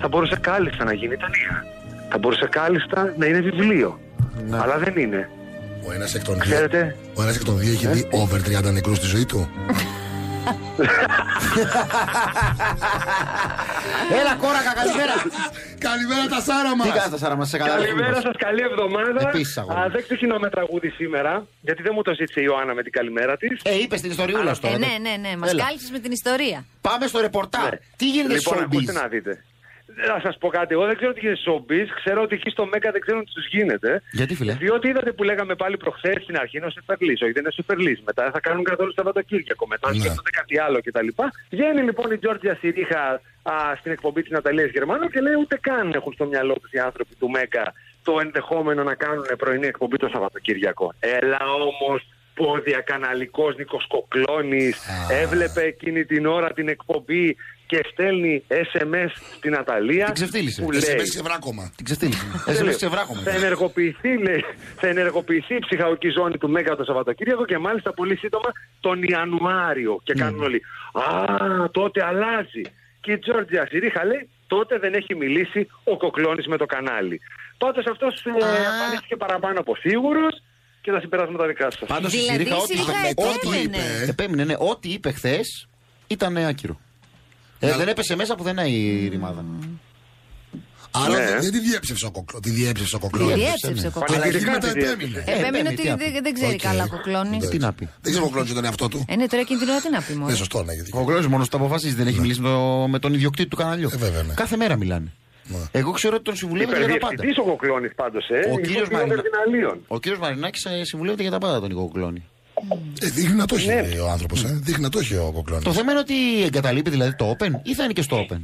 [SPEAKER 6] θα μπορούσε κάλλιστα να γίνει ταινία. Θα μπορούσε κάλλιστα να είναι βιβλίο. Αλλά δεν είναι.
[SPEAKER 2] Ο ένας εκ των δύο.
[SPEAKER 6] Ξέρετε, Ναι.
[SPEAKER 2] Ο ένας εκ των δύο έχει δει over 30 νεκρούς στη ζωή του.
[SPEAKER 4] Έλα, κόρακα, καλημέρα.
[SPEAKER 2] Καλημέρα τα σάρα μας.
[SPEAKER 4] Τι κάνετε, Σάρα, μας σε καλά.
[SPEAKER 6] Καλημέρα σας, καλή εβδομάδα.
[SPEAKER 4] Επίσης, αγόρι.
[SPEAKER 6] Α, δεν ξεκινάμε τραγούδι σήμερα, γιατί δεν μου το ζήτησε η Ιωάννα με την καλημέρα της.
[SPEAKER 4] Ε, είπες την ιστοριούλα
[SPEAKER 3] Ε,
[SPEAKER 4] τώρα.
[SPEAKER 3] ναι, ναι, ναι, μας
[SPEAKER 4] Έλα.
[SPEAKER 3] κάλυψες με την ιστορία.
[SPEAKER 4] Πάμε στο ρεπορτάζ. Τι γίνεται στο
[SPEAKER 6] Λοιπόν, ακούστε
[SPEAKER 4] showbiz.
[SPEAKER 6] να δείτε. Να σας πω κάτι. Εγώ δεν ξέρω τι γίνεται στο showbiz. Ξέρω ότι εκεί στο Μέκα δεν ξέρουν τι τους γίνεται.
[SPEAKER 4] Γιατί, φίλε?
[SPEAKER 6] Διότι είδατε που λέγαμε πάλι προχθές στην αρχή είναι ο Σεφερλή. Όχι, δεν είναι ο Σεφερλή. Μετά θα κάνουν καθόλου Σαββατοκύριακο. Μετά
[SPEAKER 2] Ναι.
[SPEAKER 6] σκέφτονται κάτι άλλο κτλ. Βγαίνει λοιπόν η Τζόρτζια Σιρίχα α, στην εκπομπή της Ναταλίας Γερμανού και λέει ούτε καν έχουν στο μυαλό τους οι άνθρωποι του Μέκα το ενδεχόμενο να κάνουν πρωινή εκπομπή το Σαββατοκύριακο. Έλα όμως πόδια καναλικός Νικοσκοκλώνης έβλεπε εκείνη την ώρα την εκπομπή και στέλνει SMS στην Αταλία
[SPEAKER 4] Την ξεφτύλισε.
[SPEAKER 6] που
[SPEAKER 2] Εσύ
[SPEAKER 6] λέει
[SPEAKER 2] σε βράκομα.
[SPEAKER 4] Την ξεφτύλισε.
[SPEAKER 6] δεν
[SPEAKER 4] Εσύ
[SPEAKER 6] λέω.
[SPEAKER 4] Ε, σε βράχομαι.
[SPEAKER 6] Θα ενεργοποιηθεί, λέει, θα ενεργοποιηθεί η ψυχαοκή ζώνη του Μέγα το Σαββατοκύριακο και μάλιστα πολύ σύντομα τον Ιανουάριο. Και κάνουν όλοι. Α, τότε αλλάζει. Και η Τζόρτζια Σιρίχα λέει, τότε δεν έχει μιλήσει ο Κοκλώνης με το κανάλι. Πάντως αυτός ε, εμφανίστηκε παραπάνω από σίγουρος και τα συμπεράσματα δικά σας.
[SPEAKER 4] Πάντως η
[SPEAKER 3] Δηλαδή,
[SPEAKER 4] Σιρίχα,
[SPEAKER 3] η
[SPEAKER 4] ό,τι
[SPEAKER 3] Σιρίχα
[SPEAKER 4] είπε- ό,τι
[SPEAKER 3] επέμενε.
[SPEAKER 4] είπε. Επέμεινε, ναι. Ό,τι είπε χθες ήταν άκυρο. Ε, δεν έπεσε μέσα πουθενά η ρημάδα.
[SPEAKER 2] Άρα
[SPEAKER 6] Ναι.
[SPEAKER 2] δεν- δεν τη διέψευσε ο κοκλό. Τη διέψευσε ο κοκλό.
[SPEAKER 3] Τη
[SPEAKER 4] έπεσε,
[SPEAKER 3] διέψευσε
[SPEAKER 4] ναι.
[SPEAKER 3] ο κοκκινό.
[SPEAKER 2] Αλλά εκεί
[SPEAKER 6] Πανηγυρικά
[SPEAKER 2] μετά
[SPEAKER 6] τη διέψευσε.
[SPEAKER 2] επέμεινε.
[SPEAKER 4] Ε,
[SPEAKER 3] Επέμενε
[SPEAKER 4] επέμενε,
[SPEAKER 3] ότι
[SPEAKER 4] τι να πει.
[SPEAKER 3] δεν δεν ξέρει
[SPEAKER 2] Οκ.
[SPEAKER 3] καλά ο κοκλώνης.
[SPEAKER 4] Τι να πει.
[SPEAKER 2] Δεν ξέρω ο κοκλό τον εαυτό του.
[SPEAKER 3] Ε, ναι, τώρα εκείνη την ώρα τι να πει μόνο.
[SPEAKER 2] Ναι, σωστό να γιατί.
[SPEAKER 4] Ο Γκλέζο μόνο τα αποφασίζει, δεν έχει μιλήσει με, το- με τον ιδιοκτήτη του καναλιού.
[SPEAKER 2] Ε, βέβαια, ναι.
[SPEAKER 4] Κάθε μέρα μιλάνε. Εγώ ξέρω ότι τον συμβουλεύεται για τα πάντα.
[SPEAKER 6] Υπερδιευθυντής ο Κοκλώνης πάντως, ε.
[SPEAKER 4] Ο
[SPEAKER 6] είναι
[SPEAKER 4] κύριος
[SPEAKER 6] υπουργός
[SPEAKER 4] Μαρίνα-
[SPEAKER 6] Κардιναλίων.
[SPEAKER 4] Ο κύριος Μαρινάκης ε, συμβουλεύεται για τα πάντα τον Οικοκλώνη.
[SPEAKER 2] Ε, δείχνει να το έχει
[SPEAKER 6] Ναι.
[SPEAKER 2] ο άνθρωπος. Ε. Δείχνει να το έχει ο κοκλό.
[SPEAKER 4] Το θέμα είναι ότι εγκαταλείπει δηλαδή το Open ή θα είναι και στο Open.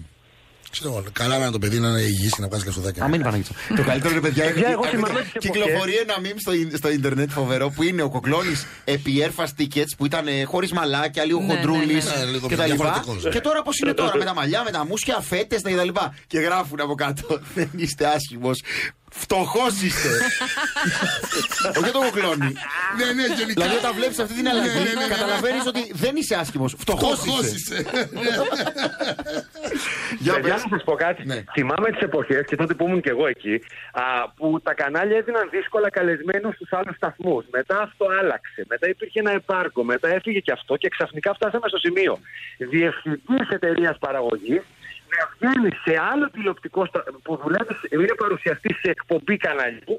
[SPEAKER 2] Ξέρω, καλά να είναι το παιδί να είναι υγιής και να βγάζει λεφτοδάκια.
[SPEAKER 4] Α, μην πάνε Το καλύτερο είναι, παιδιά,
[SPEAKER 6] Παιδιά, εγώ
[SPEAKER 4] ε,
[SPEAKER 6] θυμάμαι τις εποχές.
[SPEAKER 4] κυκλοφορεί ένα μήνυμα στο, ίν- στο ίντερνετ φοβερό που είναι ο Κοκλώνης επί airfast tickets που ήταν χωρίς μαλάκια, λίγο
[SPEAKER 3] Ναι,
[SPEAKER 4] χοντρούλης
[SPEAKER 3] ναι,
[SPEAKER 2] ναι. Ε, λίγο
[SPEAKER 4] κτλ.
[SPEAKER 2] διαφορετικός, ναι.
[SPEAKER 4] Και τώρα πώς είναι τώρα με τα μαλλιά, με τα μουσια, φέτες κτλ. Και γράφουν από κάτω, δεν είστε άσχημος. Φτωχός είστε. Όχι τον Κοκλώνη.
[SPEAKER 2] Ναι, ναι, γενικά.
[SPEAKER 4] Δηλαδή όταν βλέπεις αυτή την
[SPEAKER 2] Ναι, ναι, ναι,
[SPEAKER 4] αλλαγή,
[SPEAKER 2] ναι.
[SPEAKER 4] καταλαβαίνεις ότι δεν είσαι άσχημος. Φτωχός
[SPEAKER 2] Φτωχός είσαι.
[SPEAKER 4] είσαι. Για
[SPEAKER 6] Παιδιά,
[SPEAKER 4] πες.
[SPEAKER 6] να σας πω κάτι.
[SPEAKER 4] Ναι.
[SPEAKER 6] Θυμάμαι τις εποχές και τότε που ήμουν και εγώ εκεί, α, που τα κανάλια έδιναν δύσκολα καλεσμένους στους άλλους σταθμούς. Μετά αυτό άλλαξε. Μετά υπήρχε ένα επάρκο. Μετά έφυγε και αυτό και ξαφνικά φτάσαμε στο σημείο. Διευθυντής εταιρείας παραγωγής να βγαίνει σε άλλο τηλεοπτικό στα... που δουλεύει, σε- είναι παρουσιαστής σε εκπομπή καναλιού,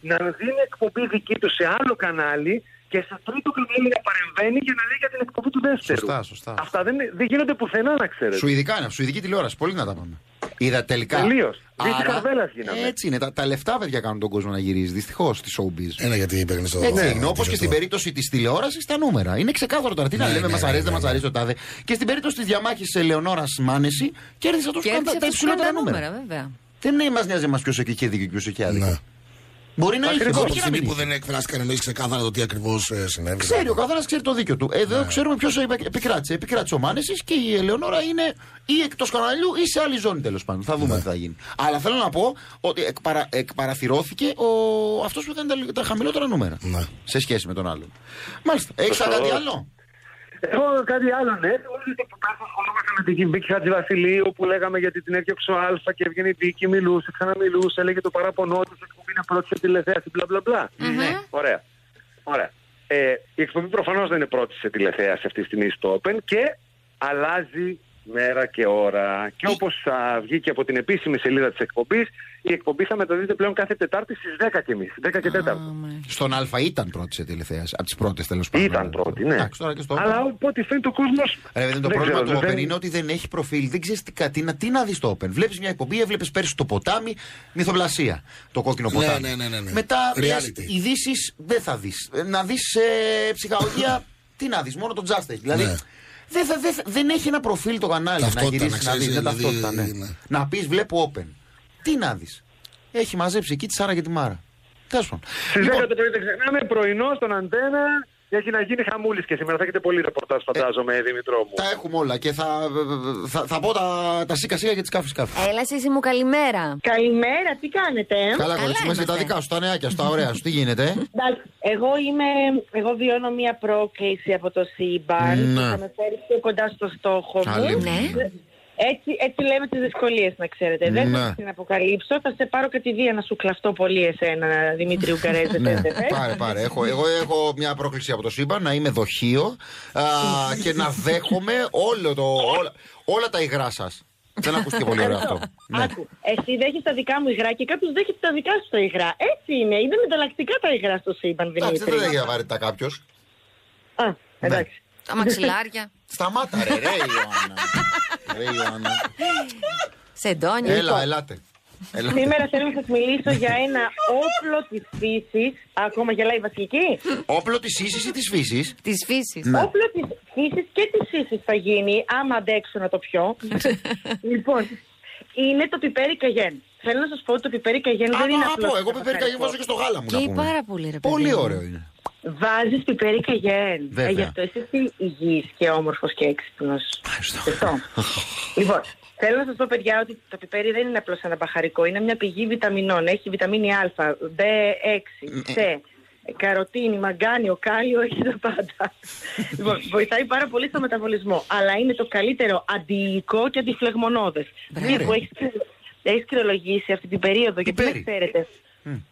[SPEAKER 6] να δίνει εκπομπή δική του σε άλλο κανάλι και στο τρίτο κανάλι να παρεμβαίνει για να λέει για την εκπομπή του δεύτερου.
[SPEAKER 4] Σωστά, σωστά.
[SPEAKER 6] Αυτά δεν, δεν γίνονται πουθενά, να ξέρετε.
[SPEAKER 4] Σουηδικά είναι, σουηδική τηλεόραση. Πολύ να τα πάμε. Είδα τελικά.
[SPEAKER 6] Τελείως. Δίχτυ καρβέλας γίναμε.
[SPEAKER 4] Έτσι είναι. Τα, τα λεφτά, παιδιά, κάνουν τον κόσμο να γυρίζει. Δυστυχώς στη showbiz.
[SPEAKER 2] Ένα γιατί παίρνεις το.
[SPEAKER 4] Έτσι έγινε. Όπως και στην
[SPEAKER 2] το-
[SPEAKER 4] περίπτωση της τηλεόρασης, τα νούμερα. Είναι ξεκάθαρο τώρα. Τι να
[SPEAKER 2] Ναι,
[SPEAKER 4] λέμε,
[SPEAKER 2] ναι,
[SPEAKER 4] μας
[SPEAKER 2] ναι,
[SPEAKER 4] αρέσει, δεν
[SPEAKER 2] ναι,
[SPEAKER 4] μας
[SPEAKER 2] ναι.
[SPEAKER 4] αρέσει το τάδε. Και στην περίπτωση της διαμάχης Ελεονόρα Μάνεση, κέρδισε του
[SPEAKER 3] Κέρδισε
[SPEAKER 4] τα
[SPEAKER 3] αυτός που κάνει
[SPEAKER 4] υψηλότερα
[SPEAKER 3] τα
[SPEAKER 4] νούμερα.
[SPEAKER 3] νούμερα, βέβαια.
[SPEAKER 4] Δεν μας νοιάζει μα ποιος έχει δίκιο και ποιος έχει
[SPEAKER 2] Ναι.
[SPEAKER 4] άδικο. Μπορεί να έχει
[SPEAKER 6] Ακριβώς.
[SPEAKER 2] Από τη
[SPEAKER 4] δίκιο και να
[SPEAKER 2] στιγμή
[SPEAKER 4] μην
[SPEAKER 2] που
[SPEAKER 4] έχει.
[SPEAKER 2] δεν εκφράστηκαν εννοεί ξεκάθαρα το τι ακριβώς συνέβη. Ναι.
[SPEAKER 4] Ξέρει, ο καθένας ξέρει το δίκιο του. Εδώ ξέρουμε ποιος επικράτησε. Επικράτησε ο Μάνεσης και η Ελεονόρα είναι ή εκτός καναλιού ή σε άλλη ζώνη τέλος πάντων. Θα δούμε τι θα γίνει. Αλλά θέλω να πω ότι εκπαρα, εκπαραθυρώθηκε ο... αυτός που ήταν τα, τα χαμηλότερα νούμερα.
[SPEAKER 2] Ναι.
[SPEAKER 4] Σε σχέση με τον άλλον. Μάλιστα. Έχεις κάτι άλλο.
[SPEAKER 6] Εγώ κάτι άλλο, ναι. Όλοι το που πάθαμε ασχολούμαστε με την Κιμπίκη Χατζηβασιλείου που λέγαμε γιατί την έφτιαξε ο Αλφα και έβγαινε η Βίκη, μιλούσε, ξαναμιλούσε, έλεγε το παράπονό τους, η εκπομπή είναι πρώτη σε τηλεθέαση, μπλα μπλα μπλα.
[SPEAKER 3] Ναι.
[SPEAKER 6] Ωραία. Ωραία. Ε, η εκπομπή προφανώς δεν είναι πρώτη σε τηλεθέαση αυτή τη στιγμή στο Open και αλλάζει μέρα και ώρα.
[SPEAKER 4] Ε.
[SPEAKER 6] Και όπω βγήκε από την επίσημη σελίδα της εκπομπής, η εκπομπή θα μεταδίδεται πλέον κάθε Τετάρτη στις 10.30. 10 και 4.
[SPEAKER 3] Α, μάλιστα.
[SPEAKER 4] Στον Α ήταν πρώτη σε τηλεθέαση. Από τις πρώτες τέλος πάντων.
[SPEAKER 6] Ήταν πρώτη, ναι.
[SPEAKER 4] Εντάξει, τώρα και στο
[SPEAKER 6] Αλλά
[SPEAKER 4] Open.
[SPEAKER 6] από ό,τι φαίνεται ο κόσμος.
[SPEAKER 4] Ρε, δεν το πρόβλημα του Open είναι ότι δεν έχει προφίλ, δεν ξέρεις τι, κα- τι, να- τι να δεις στο Open. Βλέπεις μια εκπομπή, έβλεπες πέρσι το ποτάμι, μυθοπλασία. Το κόκκινο
[SPEAKER 2] Ναι,
[SPEAKER 4] ποτάμι.
[SPEAKER 2] ναι, ναι, ναι, ναι.
[SPEAKER 4] Μετά
[SPEAKER 2] Reality.
[SPEAKER 4] ειδήσεις δεν θα δεις. Να δεις ε, ψυχαγωγία, τι να δεις, μόνο τον Justice. Δηλαδή
[SPEAKER 2] Ναι.
[SPEAKER 4] δεν, θα- δεν θα- δεν έχει ένα προφίλ το κανάλι
[SPEAKER 2] Ταυτότητα,
[SPEAKER 4] να γυρίσεις
[SPEAKER 2] να
[SPEAKER 4] να, δει.
[SPEAKER 2] ξέρεις, δηλαδή,
[SPEAKER 4] ταυτότητα, ναι.
[SPEAKER 2] ναι.
[SPEAKER 4] Να πεις βλέπω Open. Τι να δεις. Έχει μαζέψει εκεί τη Σάρα και τη Μάρα. Τέλος πάντων. Λοιπόν,
[SPEAKER 6] Στι 10 το πρωί δεν ξεχνάμε, πρωινό στον αντένα. Έχει να γίνει χαμούλης και σήμερα θα έχετε πολύ ρεπορτάζ, φαντάζομαι, Δημητρό μου.
[SPEAKER 4] Τα έχουμε όλα και θα, θα, θα πω τα, τα σίκα σίκα και τις κάφε κάφε.
[SPEAKER 3] Έλα, Σύση μου, καλημέρα.
[SPEAKER 8] Καλημέρα, τι κάνετε. ε?
[SPEAKER 4] Καλά, κορίτσι, μέσα
[SPEAKER 3] είμαστε.
[SPEAKER 4] και τα δικά σου, τα νεάκια σου, τα ωραία σου. Τι γίνεται. ε?
[SPEAKER 8] Εντάξει, εγώ, είμαι, εγώ βιώνω μία πρόκληση από το Seabar που
[SPEAKER 4] Ναι.
[SPEAKER 8] θα με φέρεις πιο κοντά στο στόχο
[SPEAKER 4] Καλή
[SPEAKER 8] μου.
[SPEAKER 4] μου.
[SPEAKER 3] Ναι.
[SPEAKER 8] Έτσι, έτσι λέμε τις δυσκολίες, να ξέρετε. Δεν
[SPEAKER 4] Ναι.
[SPEAKER 8] θα την αποκαλύψω. Θα σε πάρω κατηδία να σου κλαφτώ πολύ εσένα, Δημήτρη ε? Ουκαρέζε.
[SPEAKER 4] Ναι, πάρε, πάρε. Έχω, εγώ έχω μια πρόκληση από το σύμπαν να είμαι δοχείο α, και να δέχομαι όλο το, όλα, όλα τα υγρά σας. Δεν ακούστηκε πολύ ωραίο αυτό. Ναι.
[SPEAKER 8] Λοιπόν, Άκου, εσύ δέχεσαι τα δικά μου υγρά και κάποιος δέχεται τα δικά σου τα υγρά. Έτσι είναι. Είναι μεταλλακτικά τα υγρά στο σύμπαν,
[SPEAKER 4] Εντάξει,
[SPEAKER 8] Δημήτρη.
[SPEAKER 4] δεν έγινε βαρύτητα κάποιος.
[SPEAKER 8] Α,
[SPEAKER 4] Ναι.
[SPEAKER 8] εντάξει.
[SPEAKER 3] Τα μαξιλάρια.
[SPEAKER 4] Σταμάτα, ρε, ρε, Ιωάννα. Ρε, Ιωάννα.
[SPEAKER 3] Σεντόνια.
[SPEAKER 4] Έλα, ελάτε. Ελάτε.
[SPEAKER 8] Σήμερα θέλω να σας μιλήσω για ένα όπλο της φύσης. Ακόμα γελάει η βασιλική.
[SPEAKER 4] Όπλο της ίση ή της φύσης.
[SPEAKER 3] Της φύσης.
[SPEAKER 4] Ναι.
[SPEAKER 8] Όπλο της φύσης και της φύσης θα γίνει, άμα αντέξω να το πιω. λοιπόν, είναι το πιπέρι καγέν. Θέλω να σας πω ότι το πιπέρι καγέν
[SPEAKER 4] Α,
[SPEAKER 8] δεν είναι απλό.
[SPEAKER 4] πω, εγώ πιπέρι καγιόν βάζω και στο γάλα μου. να
[SPEAKER 3] Και
[SPEAKER 4] πούμε.
[SPEAKER 3] πάρα πολύ, ρε παιδί
[SPEAKER 4] Πολύ
[SPEAKER 3] μου.
[SPEAKER 4] ωραίο είναι.
[SPEAKER 8] Βάζεις πιπέρι καγέν.
[SPEAKER 4] Βέβαια.
[SPEAKER 8] Ε, γι' αυτό είσαι υγιής και όμορφος και έξυπνος. Ευχαριστώ. λοιπόν, θέλω να σας πω, παιδιά, ότι το πιπέρι δεν είναι απλώς ένα μπαχαρικό. Είναι μια πηγή βιταμινών. Έχει βιταμίνη Α, B6, C, καροτίνη, μαγκάνιο, κάλιο, έχει τα πάντα. λοιπόν, βοηθάει πάρα πολύ στο μεταβολισμό. Αλλά είναι το καλύτερο αντιϊκό και αντιφλεγμονώδες. Μία που έχεις έχεις κρυολογήσει αυτή την περίοδο, γιατί δεν
[SPEAKER 4] Πιπέρι.
[SPEAKER 8] ξέρετε.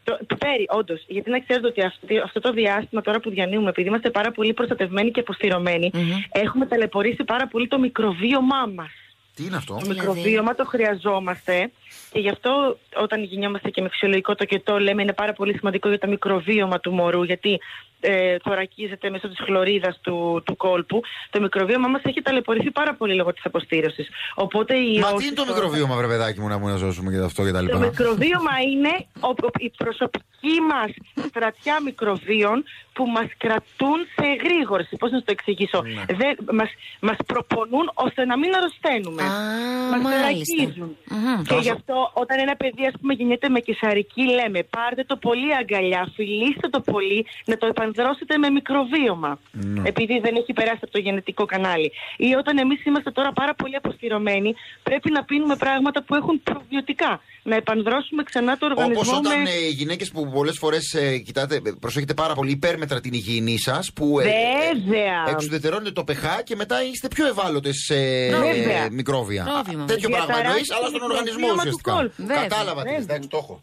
[SPEAKER 8] Το, πιπέρι, όντως. Γιατί να ξέρετε ότι αυτή, αυτό το διάστημα τώρα που διανύουμε, επειδή είμαστε πάρα πολύ προστατευμένοι και αποστηρωμένοι, έχουμε ταλαιπωρήσει πάρα πολύ το μικροβίωμά μας.
[SPEAKER 4] Τι είναι αυτό.
[SPEAKER 8] Το μικροβίωμα το χρειαζόμαστε και γι' αυτό όταν γινόμαστε και με φυσιολογικό τοκετό λέμε είναι πάρα πολύ σημαντικό για το μικροβίωμα του μωρού γιατί ε, θωρακίζεται μέσω της χλωρίδας του, του κόλπου. Το μικροβίωμα μας έχει ταλαιπωρηθεί πάρα πολύ λόγω της αποστήρωσης. Οπότε η
[SPEAKER 4] Μα τι είναι το μικροβίωμα, βρε παιδάκι μου, να μου να ζώσουμε και αυτό και τα
[SPEAKER 8] το
[SPEAKER 4] λοιπά.
[SPEAKER 8] μικροβίωμα είναι ο- η προσωπική μας στρατιά μικροβίων που μας κρατούν σε εγρήγορση. Πώς να σου το εξηγήσω. Δεν, μας, μας προπονούν ώστε να μην αρρωσταίνουμε.
[SPEAKER 3] Α,
[SPEAKER 8] μας
[SPEAKER 3] μάλιστα.
[SPEAKER 8] θερακίζουν.
[SPEAKER 3] Μμμ.
[SPEAKER 8] Και γι' αυτό όταν ένα παιδί ας πούμε γεννιέται με κυσαρική λέμε πάρτε το πολύ αγκαλιά, φιλήστε το πολύ να το επανδρώσετε με μικροβίωμα
[SPEAKER 4] Ναι.
[SPEAKER 8] επειδή δεν έχει περάσει από το γενετικό κανάλι. Ή όταν εμείς είμαστε τώρα πάρα πολύ αποστηρωμένοι πρέπει να πίνουμε πράγματα που έχουν προβιωτικά να επανδρώσουμε ξανά το
[SPEAKER 4] Όπω
[SPEAKER 8] οργανισμό
[SPEAKER 4] όταν
[SPEAKER 8] με...
[SPEAKER 4] ε, οι γυναίκες που πολλές φορές κοιτάτε, ε, προσέχετε πάρα πολύ υπέρμετρα την υγιεινή σας, που ε,
[SPEAKER 8] Βέβαια.
[SPEAKER 4] ε, εξουδετερώνετε το pH και μετά είστε πιο ευάλωτες σε ε,
[SPEAKER 8] Βέβαια.
[SPEAKER 4] μικρόβια.
[SPEAKER 3] Πρόβλημα.
[SPEAKER 4] Τέτοιο πράγμα
[SPEAKER 8] Διαταράσσεται
[SPEAKER 4] εννοεί,
[SPEAKER 8] το
[SPEAKER 4] αλλά στον οργανισμό
[SPEAKER 8] μικροβίωμα του
[SPEAKER 4] ουσιαστικά.
[SPEAKER 8] κόλπου.
[SPEAKER 3] Βέβαια.
[SPEAKER 4] Κατάλαβα τι,
[SPEAKER 8] Βέβαια.
[SPEAKER 4] εντάξει, το έχω.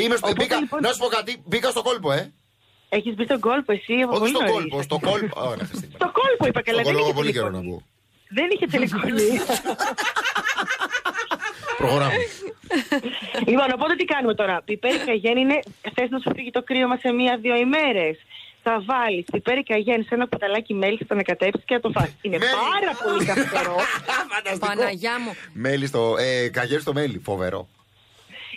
[SPEAKER 4] Είμαι στο,
[SPEAKER 8] Οπότε,
[SPEAKER 4] μπήκα,
[SPEAKER 8] λοιπόν-
[SPEAKER 4] Να σου πω κάτι, μπήκα στον κόλπο, ε.
[SPEAKER 8] Έχεις μπει στον κόλπο εσύ από
[SPEAKER 4] Όχι
[SPEAKER 8] πολύ
[SPEAKER 4] στον
[SPEAKER 8] νωρίς.
[SPEAKER 4] κόλπο, στον κόλπο. Ωραία, χαστεί.
[SPEAKER 8] Στον κόλπο είπα καλά.
[SPEAKER 4] Στον
[SPEAKER 8] δεν
[SPEAKER 4] κόλπο
[SPEAKER 8] είχε
[SPEAKER 4] έχω πολύ καιρό να
[SPEAKER 8] τελικολή.
[SPEAKER 4] πω.
[SPEAKER 8] Δεν είχε τελικολή.
[SPEAKER 4] Προχωράμε.
[SPEAKER 8] Λοιπόν, οπότε τι κάνουμε τώρα. Πιπέρι καγέν είναι, θες να σου φύγει το κρύο μας σε μία-δύο ημέρες. Θα βάλεις πιπέρι καγέν σε ένα κουταλάκι μέλι, θα το ανακατέψει και θα το φας. Είναι
[SPEAKER 4] Μέλι.
[SPEAKER 8] πάρα πολύ καθαρό.
[SPEAKER 3] Παναγιά μου.
[SPEAKER 4] Μέλι στο. Ε, καγέρι στο μέλι, φοβερό.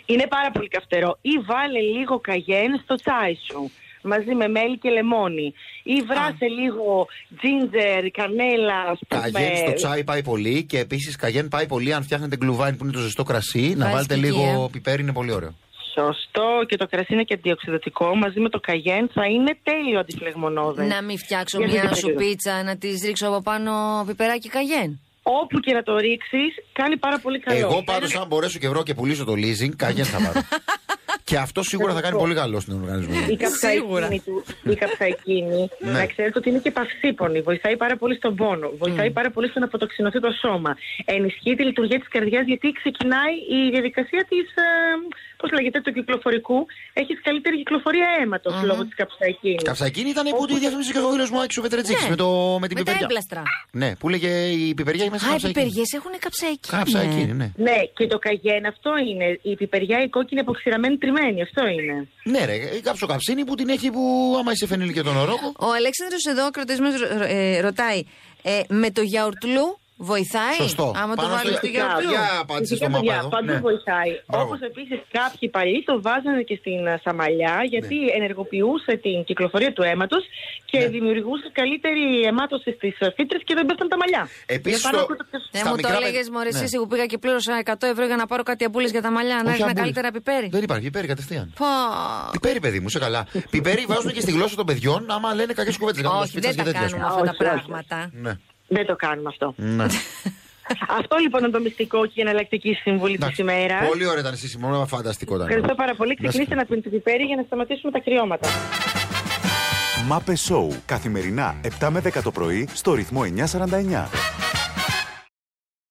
[SPEAKER 8] είναι πάρα πολύ καυτερό. Ή βάλε λίγο καγέν στο τσάι σου μαζί με μέλι και λεμόνι. Ή βράσε λίγο ginger, κανέλα, ας πούμε.
[SPEAKER 4] Καγέν στο τσάι πάει πολύ και επίσης καγέν πάει πολύ αν φτιάχνετε γκλουβάιν που είναι το ζεστό κρασί. Να
[SPEAKER 3] Βάζεις
[SPEAKER 4] βάλετε
[SPEAKER 3] και εκεί,
[SPEAKER 4] λίγο
[SPEAKER 3] ε.
[SPEAKER 4] πιπέρι, είναι πολύ ωραίο.
[SPEAKER 8] Σωστό και το κρασί είναι και αντιοξυδοτικό. Μαζί με το καγέν θα είναι τέλειο αντιφλεγμονώδες.
[SPEAKER 3] Να μην φτιάξω
[SPEAKER 8] Για
[SPEAKER 3] μια
[SPEAKER 8] δείτε το.
[SPEAKER 3] σουπίτσα, να της ρίξω από πάνω πιπεράκι καγέν.
[SPEAKER 8] Όπου και να το ρίξεις, κάνει πάρα πολύ καλό.
[SPEAKER 4] Εγώ πάντως, αν μπορέσω και βρω και πουλήσω το leasing, καγέν θα πάρω. και αυτό σίγουρα θα
[SPEAKER 3] Λοιπόν.
[SPEAKER 4] κάνει πολύ καλό στον οργανισμό. μου.
[SPEAKER 8] Η καψαϊκίνη του, η καψαϊκίνη, να ξέρετε ότι είναι και παυσίπονη. Βοηθάει πάρα πολύ στον πόνο. Βοηθάει πάρα πολύ στο να αποτοξινωθεί το σώμα. Ενισχύει τη λειτουργία της καρδιάς γιατί ξεκινάει η διαδικασία της. Ε, πώς λέγεται, του κυκλοφορικού, έχει καλύτερη κυκλοφορία αίματος λόγω της καψαϊκίνης.
[SPEAKER 4] Καυσακίνη ήταν που τη διαφήμιζε και ο φίλο μου Άκη ο Πετρετζίκη
[SPEAKER 3] Ναι.
[SPEAKER 4] με, το, με την
[SPEAKER 3] Με τα
[SPEAKER 4] πιπεριά.
[SPEAKER 3] έμπλαστρα.
[SPEAKER 4] Ναι, που λέγε η πιπεριά έχει μέσα
[SPEAKER 3] Α, οι
[SPEAKER 4] καυσακίνη.
[SPEAKER 3] πιπεριέ έχουν καψαϊκή.
[SPEAKER 4] Καυσακίνη, ναι.
[SPEAKER 8] Ναι, και το καγέν αυτό είναι. Η πιπεριά η κόκκινη αποξηραμένη τριμμένη, αυτό είναι.
[SPEAKER 4] Ναι, ρε, η καψοκαυσίνη που την έχει που άμα είσαι φενήλ και τον ορόκο.
[SPEAKER 3] Ο Αλέξανδρος εδώ, ο κρατισμένος, ρω- ρω- ε, ρωτάει ε, με το γιαουρτλού βοηθάει.
[SPEAKER 4] Σωστό.
[SPEAKER 3] Άμα το
[SPEAKER 4] Πάνω
[SPEAKER 3] βάλει
[SPEAKER 4] στο
[SPEAKER 3] στο
[SPEAKER 4] γιαουρτλού.
[SPEAKER 3] γιαουρτλού.
[SPEAKER 4] Για απάντηση
[SPEAKER 8] Φυσικά,
[SPEAKER 4] στο
[SPEAKER 8] παιδιά,
[SPEAKER 4] μαπάδο.
[SPEAKER 8] Παντού
[SPEAKER 4] Ναι.
[SPEAKER 8] βοηθάει.
[SPEAKER 4] Μπράβο.
[SPEAKER 8] Όπως επίσης κάποιοι παλιοί το βάζανε και στην α, Σαμαλιά, γιατί
[SPEAKER 4] Ναι.
[SPEAKER 8] ενεργοποιούσε την κυκλοφορία του αίματος και δημιουργούσε καλύτερη αιμάτωση στις φύτρες και δεν πέφτουν τα μαλλιά.
[SPEAKER 4] Επίσης
[SPEAKER 8] Για πάνω
[SPEAKER 4] το-
[SPEAKER 8] από το πιο-
[SPEAKER 3] Ναι,
[SPEAKER 4] Στα
[SPEAKER 3] μου το
[SPEAKER 4] μικρά παι-
[SPEAKER 3] έλεγες Μωρέ,
[SPEAKER 4] Ναι.
[SPEAKER 3] εσύ που πήγα και πλήρωσα 100 ευρώ για να πάρω κάτι αμπούλες για τα μαλλιά. Να
[SPEAKER 4] Όχι
[SPEAKER 3] έχει
[SPEAKER 4] αμπούλες.
[SPEAKER 3] καλύτερα πιπέρι.
[SPEAKER 4] Δεν υπάρχει, πιπέρι κατευθείαν.
[SPEAKER 3] Πω.
[SPEAKER 4] Πιπέρι, παιδί μου, σε καλά. Πιπέρι βάζουν και στη γλώσσα των παιδιών άμα λένε κακές κουβέντες.
[SPEAKER 3] Όχι, δεν τα κάνουμε αυτά
[SPEAKER 8] Όχι,
[SPEAKER 3] τα
[SPEAKER 8] όχι.
[SPEAKER 3] πράγματα.
[SPEAKER 4] Ναι.
[SPEAKER 8] Δεν το κάνουμε αυτό.
[SPEAKER 4] ναι.
[SPEAKER 8] Αυτό λοιπόν είναι το μυστικό και η εναλλακτική συμβουλή της
[SPEAKER 4] Εντάξει.
[SPEAKER 8] ημέρας.
[SPEAKER 4] Πολύ ωραία ήταν εσύ, Σιμώνα, φανταστικό ήταν.
[SPEAKER 8] Ευχαριστώ πάρα πολύ.
[SPEAKER 4] Να σε
[SPEAKER 8] Ξεκινήστε να πίνετε πιπέρι για να σταματήσουμε τα κρυώματα.
[SPEAKER 1] Μάπε Σόου. Καθημερινά 7 με 10 το πρωί στο ρυθμό 949.